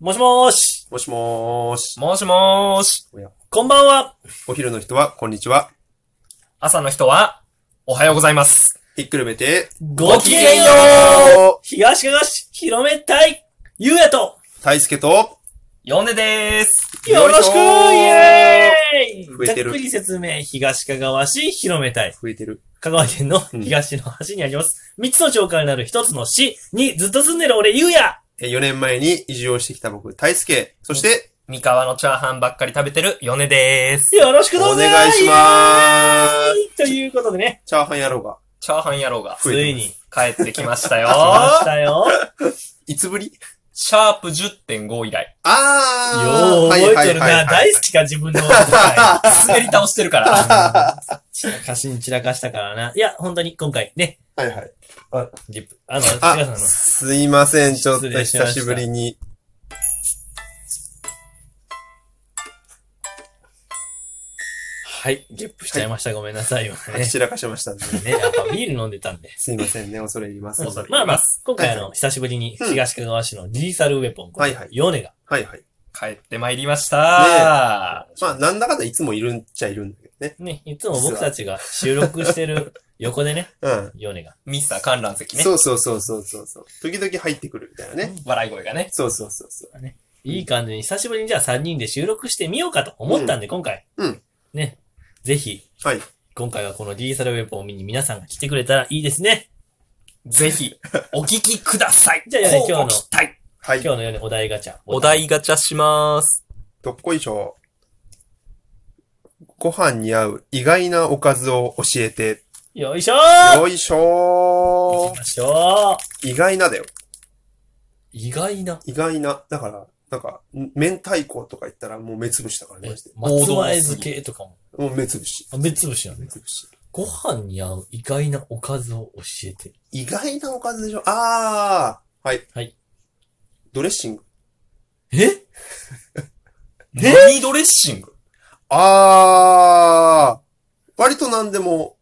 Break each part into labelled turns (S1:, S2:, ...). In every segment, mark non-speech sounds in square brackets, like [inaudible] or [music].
S1: もしもーし。
S2: もしもーし。
S3: もしもーし。
S1: こんばんは。
S2: お昼の人は、こんにちは。
S3: 朝の人は、おはようございます。
S2: ひっくるめて、
S1: ごきげんよう。
S2: お
S1: 東かがし、広めたい、ゆうやと、
S2: ーたいすけと、
S3: ヨネでーす。
S1: よろしくイエーイ
S2: 増え
S1: ざって
S2: る
S1: くり説明、東かがわ市広めたい。
S2: 増えてる。
S1: 香川県の
S2: うん
S1: 東の端にあります。三つの町からなる一つの市にずっと住んでる俺、ゆうや
S2: え4年前に移住をしてきた僕、たいすけ。そして、
S3: 三河のチャーハンばっかり食べてるヨネでーす。
S1: よろしくど
S2: お
S1: うぞ
S2: 願いしまーす。
S1: イエーイということでね、
S2: チャーハン野郎が、
S3: チャーハン野郎が
S2: 増
S1: つ
S2: え
S1: い
S2: てま
S1: に
S2: す
S1: 来
S3: 帰ってきました [laughs] よ
S1: ましたよ。
S2: いつぶり
S3: シャープ10.5以来。
S2: あー
S1: よう覚えてるな。大好
S2: き。
S1: きか、自分
S2: [laughs]
S1: の答
S3: 滑り倒してるから。
S1: え。散らかしに散らかしたからな。いや、本当に今回ね、
S2: はいはい。
S1: あ、リップ。あの、違う
S2: あ、
S1: の。
S2: すいません、ちょっと
S1: 失礼しま
S2: 久
S1: した
S2: しぶりに。
S1: はい、ゲップしちゃいました。ごめんなさい、今ね。
S2: 散らかしましたんで。
S1: ね、やっぱビール飲んでたんで。
S2: すいませんね、恐れ入
S1: [laughs]
S2: ります。
S3: 恐れ入り
S1: まあまあ、今回あ
S2: は
S1: の、久しぶりに東かがわ市のリーサルウェポン、
S2: はいはい
S1: ヨネが、
S2: はいはい。
S3: 帰ってまいりました
S2: まあ、なんだかんだいつもいるんちゃいるんだけどね。
S1: ね、いつも僕たちが収録してる横でね、 [laughs]
S2: うん。
S1: ヨネが。
S3: ミスター観覧席ね。
S2: そうそうそうそうそうそう。時々入ってくるみたいなね。
S3: 笑い声がね。
S2: そうそうそうそう。
S1: いい感じに久しぶりにじゃあ3人で収録してみようかと思ったんで、今回。
S2: うん
S1: ね、ぜひ、
S2: はい。
S1: 今回はこのリーサルウェポンを見に皆さんが来てくれたらいいですね。
S3: ぜひ、お聞きください。
S1: じゃあヨネ
S3: 乞う
S1: 今
S3: ご
S1: 日の
S3: 期待。
S2: はい。
S1: 今日のヨネお題ガチャ。
S3: お題ガチャしまーす。
S2: どっこいしょ。ご飯に合う意外なおかずを教えて。
S1: よいしょー
S2: よいし
S1: 行
S2: ょ
S1: きましょう
S2: ー。意外なだよ。
S1: 意外な。
S2: 意外な。だから、なんか、ん明太子とか言ったらもう目つぶしだからね。マジで
S1: 松前漬けとかも。
S2: もう目つぶし。
S1: あ目つぶしなんだ
S2: 目。つぶし。
S1: ご飯に合う意外なおかずを教えて。
S2: 意外なおかずでしょ。あー。はい。
S1: はい。
S2: ドレッシング。
S1: え
S3: 何ドレッシング
S2: あー。割と何でも、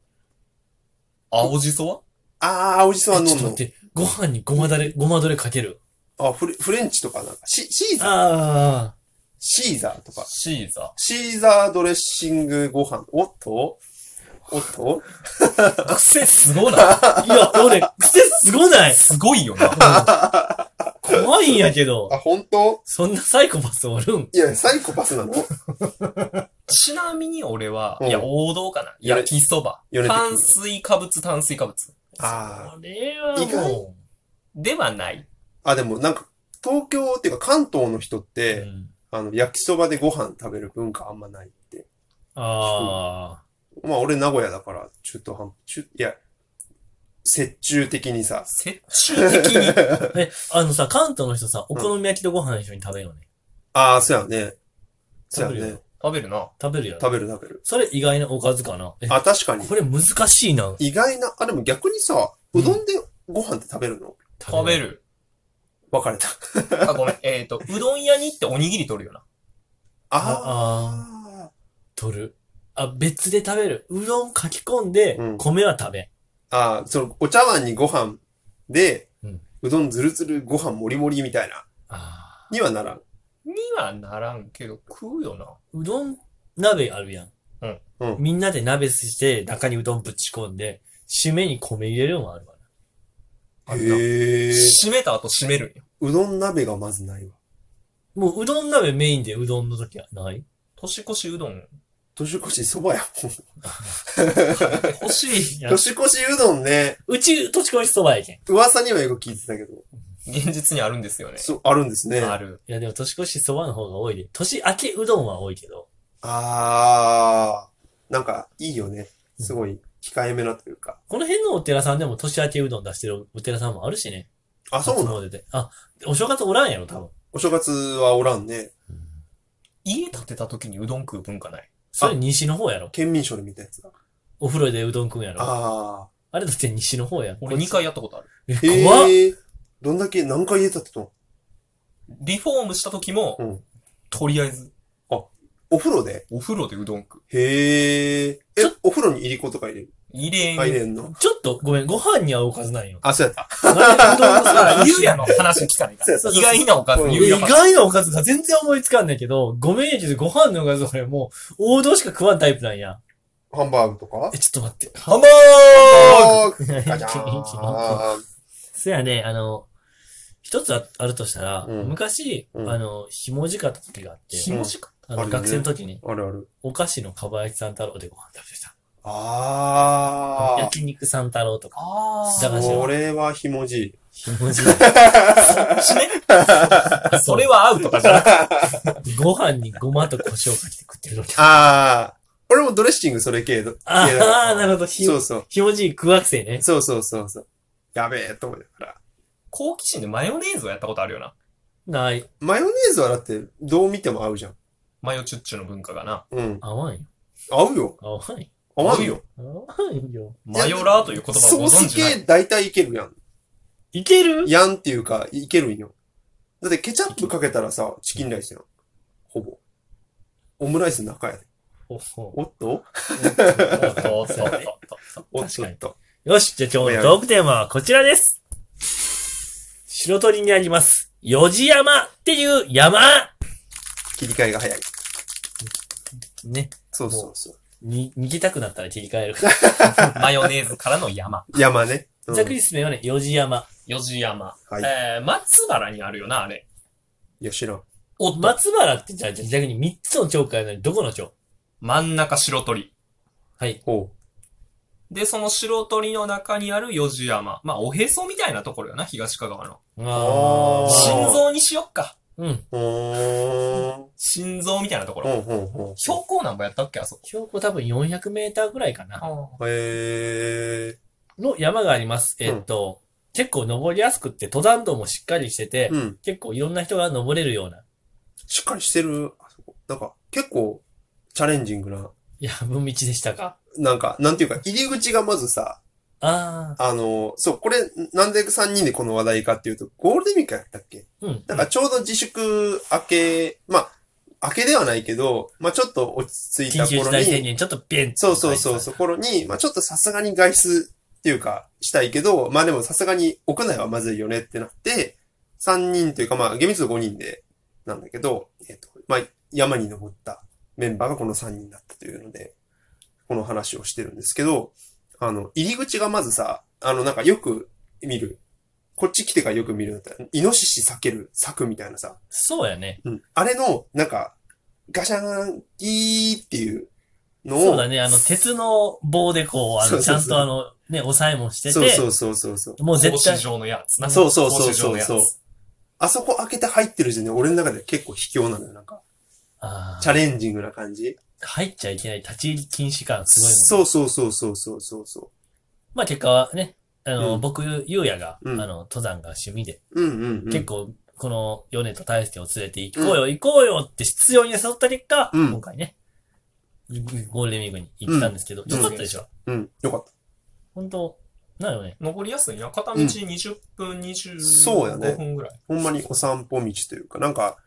S3: 青じそは
S2: あー、おじさんは
S1: ち
S2: 飲
S1: ょっ
S2: ん
S1: と待
S2: の。
S1: って、ご飯にごまだれ、ごまどれかける。
S2: あ、フレフレンチとかなんか、シシーザー
S1: ああ。
S2: シーザーとか。
S3: シーザ
S2: シーザードレッシングご飯。おっとおっと
S3: ー。癖すごない。
S1: いや、俺、癖すごない
S3: すごいよな。
S1: 怖いんやけど。
S2: あ、本当
S1: そんなサイコパスおるん
S2: いや、サイコパスなの
S3: ちなみに俺は、
S2: うん
S3: いや、王道かな。
S2: よれ
S3: 焼きそば。
S2: よれてくる
S3: 炭水化物、炭水化物。
S2: あ
S1: それは
S2: 意外
S1: も
S3: ではない。
S2: あ、でもなんか、東京っていうか関東の人っ
S1: う。う
S2: て、
S1: ん、
S2: あの、焼きそばでご飯食べる文化あんまないって。
S1: ああ。
S2: まあ、俺名古屋だから、中途半端、中、いや、折衷的にさ。
S3: 折衷的に。
S1: え、あのさ、関東の人さ、お好み焼きとご飯一緒に食べようね。
S2: ああ、そうやね。そうや
S1: 食べる
S2: ね。
S3: 食べるな。
S1: 食べるやろ。
S2: 食べる食べる。
S1: それ意外なおかずかな。え、
S2: あ、確かに。
S1: これ難しいな。
S2: 意外な、あ、でも逆にさ、うどんでご飯って食べるの
S3: 食べ
S1: る。
S3: る。
S2: 別れた。
S3: あ、ごめん。 [laughs] えっと、うどん屋に行っておにぎり取るよな。
S2: あ
S1: ああ。
S2: あ。
S1: 取る。あ、別で食べる。うどん書き込んで
S2: う、ん
S1: 米は食べん。
S2: ああ、その、お茶碗にご飯で、
S1: うん
S2: うどんずるずるご飯もりもりみたいな、
S1: あ
S2: にはならん。
S3: にはならんけど、食うよな。
S1: ーうどん鍋あるやん。
S3: うん
S2: うん
S1: みんなで鍋して、中にうどんぶち込んで、締めに米入れるのもあるわ
S3: あんな
S2: へえ。
S3: 締めた後締めるんよ。
S2: うどん鍋がまずないわ。
S1: な。もううどん鍋メインでうどんの時はない
S3: 年越しうどん。
S2: 年越しそばやもん。
S3: 欲し
S2: [laughs]
S3: い。
S1: いや
S2: 年越しうどんね、
S1: うち、年越しそばやけん。い
S2: 噂にはよく聞いてたけど、
S3: 現実にあるんですよね。
S2: そう、あるんですね。
S3: あ
S2: あ
S3: る。
S1: やでも年越しそばの方が多いで。年明けうどんは多いけど。
S2: あー。なんか、いいよね。すごい、控えめなというか。
S1: この辺のお寺さんでも年明けうどん出してるお寺さんもあるしね。
S2: あ、そうなの
S1: 初詣で。あ、お正月おらんやろ、多分。
S2: お正月はおらんね。
S3: 家建てた時にうどん食う文化ない。
S1: それ西の方やろ。
S2: 県民省で見たやつだ。
S1: お風呂でうどん食うんやろ。あ
S2: あ
S1: れだって西の方や。
S3: 俺2回やったことある。
S1: え、
S2: ー。
S1: 怖っ。
S2: へえ。どんだけ、何回言えたってと
S3: リフォームした時も、
S2: うん
S3: とりあえず、
S2: お風呂で
S3: お風呂でうどん食う。
S2: へえ。え
S1: ちょ、
S2: お風呂にいりことか入れる
S3: 入れん。
S2: 入れんの
S1: ちょっと、ごめん、ご飯に合うおかず
S2: [laughs]
S1: なんよ。
S2: あ、そうやった。
S1: なんでうどん
S3: あ
S1: さ、
S3: ゆうや
S1: ん。
S3: の話聞かないか
S2: そう
S3: ら。
S2: そう
S1: そう
S3: 意外なおかず、
S2: うん
S3: ゆう
S1: 意
S3: や話。
S1: 外なおかずが全然思いつかんねんけど、ごめんやけど、ご飯のおかず俺もう、王道しか食わんタイプなんや。
S2: ハンバーグとか
S1: え、ちょっと待って。
S3: ハンバ
S2: ハンバーグガチャーン
S1: そやね、あの、一つああるとしたら、
S2: うん
S1: 昔、
S2: うん
S1: あの、ひもじかった時があって、
S3: ーグひもじか。
S1: あ
S2: あ
S1: の、
S2: るね
S1: 学生の時に、
S2: あるある。
S1: お菓子のかば焼き三太郎でご飯食べてた。
S2: あ
S1: 焼肉三太郎とか、
S3: あ
S1: 駄菓
S2: ー。
S1: 子
S2: これはひもじい。
S1: ひもじ、
S3: あ。それは合うとかじゃなくて。
S1: ご飯にごまと胡椒かけて食ってるの。
S2: あー。俺もドレッシングそれ系だ。
S1: あ
S2: 系だから
S1: あ、なるほど。ひ
S2: そうそう。
S1: ひもじい苦学生ね。
S2: そうそうそうそう。やべえと思いながら。
S3: 好奇心でマヨネーズをやったことあるよな。
S1: ない。
S2: マヨネーズはだって、どう見ても合うじゃん。
S3: マヨチュッチュの文化がな。
S2: うん。
S1: 甘い
S2: 合うよ。
S1: よ。甘い。
S2: 合うよ。
S1: 甘いよ。
S3: マヨラーという言葉を
S2: ソ
S3: ご
S2: ー
S3: 存
S2: ス
S3: 知ない。
S2: 系大体いけるやん。
S1: いけ
S2: [laughs]
S1: る
S2: やんっていうか、いけるんよ。だってケチャップかけたらさ、チキンライスやん。ほぼ。オムライスの中やで。
S1: おお
S2: おっと
S3: おっとおっとおっとおっと
S2: おっ
S1: 確
S2: と
S1: か
S2: っ
S1: に
S2: と。
S1: よし、じゃあ今日のトークテーマはこちらです。白鳥にあります。四字山っていう山
S2: 切り替えが早い。
S1: ね。
S2: そうそうそう。
S1: に、逃げたくなったら切り替えるから。
S3: マヨネーズからの山。
S2: 山ね。うん
S1: ざっくり説明はね、四字山。
S3: 四字山。
S2: はい
S3: えー、松原にあるよな、あれ。
S2: いや、知らん。
S3: おっと、
S1: 松原ってじゃあじゃあ逆に三つの町からどこの町
S3: 真ん中白鳥。
S1: はい。
S2: ほ
S3: で、その白鳥の中にある四字山。まあ、おへそみたいなところよな、東香川の。
S2: あー
S3: 心臓にしよっか。
S1: うん。
S2: う。うーん。
S3: 心臓みたいなとこ
S2: ほ
S3: ろ。
S2: んほんほ
S3: 標高なんぼやったっけ、あそこ。
S1: 標高多分400メーターぐらいかな。
S2: ん。へえ。
S1: の山があります。えっと、結構登りやすくって、登山道もしっかりしてて、
S2: うん。
S1: 結構いろんな人が登れるような
S2: しっかりしてる。あそこなんか、結構、チャレンジングな。
S1: 山道でしたか。
S2: なんか、なんていうか、入り口がまずさ、
S1: あ
S2: あの、そう、これ、なんで3人でこの話題かっていうと、ゴールデンウィークやったっけ
S1: あ。うん。
S2: なんかちょうど自粛明け、まあ、明けではないけど、まあちょっと落ち着
S1: 緊
S2: いた
S1: 急事
S2: 頃
S1: 態宣
S2: に、
S1: 言ちょっとビン
S2: そうそうそう、そう頃に、まあちょっとさすがに外出っていうか、したいけど、まあでもさすがに屋内はまずいよねってなって、3人というかまあ厳密に5人で、なんだけど、えっ、と、まあ山に登ったメンバーがこの3人だったというので、この話をしてるんですけど、あの、入り口がまずさ、あのなんかよく見る、こっち来てからよく見るんだったら、イノシシ避ける、咲くみたいなさ、
S1: そうやね。
S2: うん。あれの、なんか、ガシャン、ギーっていうのを、
S1: そうだね。あの、鉄の棒でこう、あ
S2: そ
S1: の、
S2: う
S1: ち
S2: そう
S1: ゃ
S2: そうん
S1: とあの、ね、押さえもしてて、
S2: そうそうそうそうそう。
S1: もう
S3: 格
S1: 絶
S3: 子
S1: 対、
S3: 状のやつな。
S2: そうそうそうそう
S3: 格子状
S2: そ
S3: の
S2: う
S3: やつ。
S2: あそこ開けて入ってる時点で俺の中で結構卑怯なのよ。なんか、
S1: あ
S2: チ
S1: ー
S2: ャレンジングな感じ。
S1: 入っちゃいけない立ち入り禁止感すごいもん。
S2: そうそうそうそうそうそうそ
S1: まあ結果はね、あの、
S2: うん
S1: 僕、ゆうやが、
S2: うん
S1: あの、登山が趣味で、
S2: う。うんうん、うん。
S1: 結構、この、ヨネと大輔を連れて行こうよ、行こうよって必要に誘った結果、
S2: うん
S1: 今回ね、ゴールデンウィークに行ったんですけど、
S2: ん
S1: よかったでしょ、
S2: うん。よかった。
S1: 本当なんよね。
S3: 登りやすいな。片道20分、
S2: そうやね
S3: 25分ぐらい。
S2: ほんまにお散歩道というか、なんか、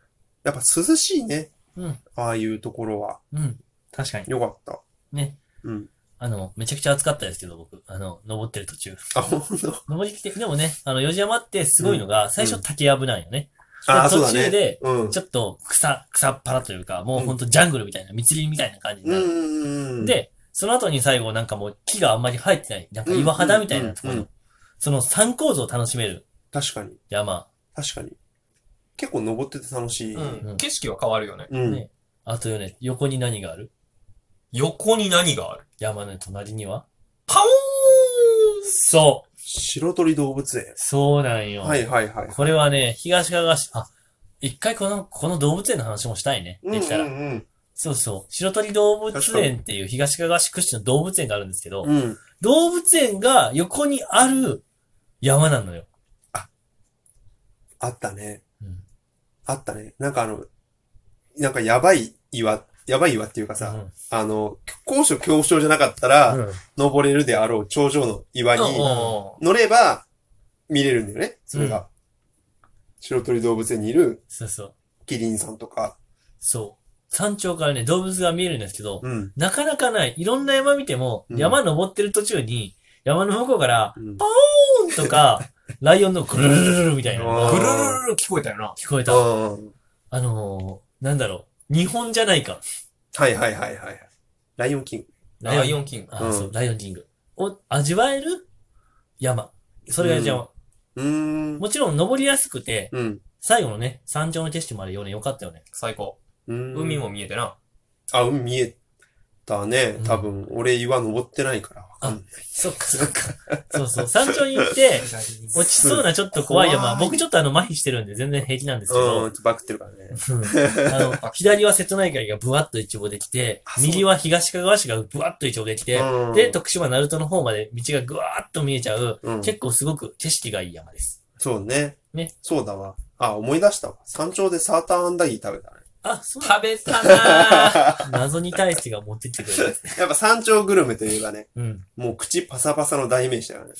S2: やっぱ涼しいね。
S1: うん。
S2: ああいうところは。
S1: うん。確かに。
S2: よかった。
S1: ね。
S2: うん。
S1: あの、めちゃくちゃ暑かったですけど、僕、あの、登ってる途中。
S2: あ、ほんと。
S1: 登りきて、でもね、あの、四時山ってすごいのが、最初竹やぶなんよね。
S2: ああ、
S1: で
S2: そうだ
S1: 途中
S2: ね。
S1: で、
S2: うん。
S1: ちょっと草、草っぱらというか、もうほんとジャングルみたいな、密林みたいな感じに
S2: う
S1: なる。
S2: んうんうん。、
S1: で、その後に最後なんかもう木があんまり生えてない、なんか岩肌みたいなところ
S2: うんうんうんう
S1: の、その三構造を楽しめる
S2: 確かに。
S1: 山。
S2: 確かに。結構登ってて楽しい。
S3: うん。
S1: うん
S3: 景色は変わるよね。
S2: うん。
S1: ねあとよね、横に何がある
S3: 横に何がある
S1: 山の隣には
S3: パオーン
S1: そう
S2: 白鳥動物園。
S1: そうなんよ。
S2: はいはいはい。
S1: これはね、東かが市、あ、一回この、この動物園の話もしたいね。できたら。
S2: うんうん
S1: そうそう。白鳥動物園っていう東かが市屈指の動物園があるんですけど、
S2: うん。うん。
S1: 動物園が横にある山なのよ。
S2: あったね。
S1: うん
S2: あったね。なんかあの、なんかやばい岩、やばい岩っていうかさ、
S1: うん
S2: あの、高所恐怖症じゃなかったら、
S1: うん
S2: 登れるであろう頂上の岩
S3: うん
S2: に乗れば見れるんだよね。それが。白鳥動物園にいる
S1: そうそう。
S2: キリンさんとか、
S1: そう。山頂からね、動物が見えるんですけど、
S2: うん。
S1: なかなかない。いろんな山見ても、
S2: うん
S1: 山登ってる途中に、山の向こうから、
S2: うん
S1: ポーンとか、ライオンのぐるるるるみたいなのが
S2: あー
S3: ぐるるるる聞こえたよな。
S1: 聞こえた。
S2: うん
S1: あのー、なんだろう。日本じゃないか。
S2: はいはいはいはい。ライオンキング。
S3: ライオンキング。
S1: あ、
S2: うん
S1: そう、ライオンキング。を味わえる山。それが山、
S2: うーん。
S1: もちろん登りやすくて、
S2: うん。
S1: 最後のね、山頂の景色までよね、よかったよね。
S3: 最高。
S2: うん
S3: 海。も見えてな。
S2: あ、海見えたね
S1: うん。
S2: 多分、俺岩登ってないから。わかんない
S1: そっかそっか。そうそう、山頂に行って、落ちそうなちょっと怖い山。
S3: 怖い
S1: 僕ちょっとあの、麻痺してるんで全然平気なんですけど。
S2: うん、バクってるからね。
S1: あ
S2: [laughs]
S1: の、左は瀬戸内海がブワッと一望できて
S2: あ、そう
S1: 右は東かがわ市がブワッと一望できて、
S2: うん
S1: で、、徳島鳴門の方まで道がぐわーっと見えちゃう、
S2: うん
S1: 結構すごく景色がいい山です。
S2: そうね。
S1: ね。
S2: そうだわ。あ、思い出したわ。山頂でサーターアンダギー食べたね。
S1: あ、そうだ。
S3: 食べたなー
S1: 謎に対してが持ってきてくれる。
S2: やっぱ山頂グルメといえばね、 [laughs]
S1: うん。
S2: もう口パサパサの代名詞だよね。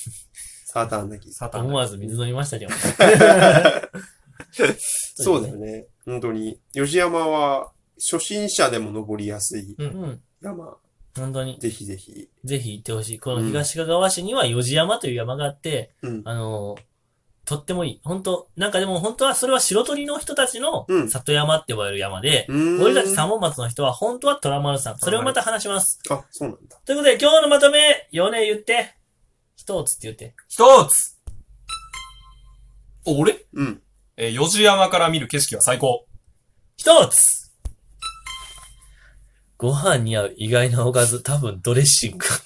S2: サーターアンダギー。
S3: サタン
S1: 思。わず水飲みましたけど。
S2: そうだよね。本当に。吉山は初心者でも登りやすい
S3: うん
S1: [laughs] うん。
S2: 山。
S1: 本当に、
S2: ぜひぜひ。
S1: ぜひ行ってほしい。この東かがわ市には四字山という山があって、
S2: うん。
S1: あのとってもいい。本当なんかでも本当はそれは白鳥の人たちの
S2: うん
S1: 里山って呼ばれる山で、
S2: うーん
S1: 俺たち三本松の人は本当は虎丸さん。それをまた話します。
S2: あ、そうなんだ。
S1: ということで、今日のまとめ、ヨネ言って、一つって言って。
S3: 一つお俺
S2: うん。
S3: えー、四時山から見る景色は最高。
S1: 一つご飯に合う意外なおかず、多分ドレッシング。
S2: 一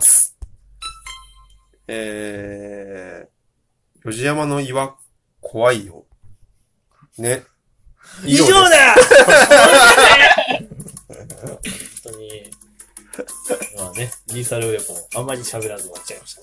S2: つえー、吉山の岩、怖いよ。ね。
S1: 以上
S2: です
S1: だ本当に。まあね、リーサルウェポン、あんまり喋らず終わっちゃいましたね。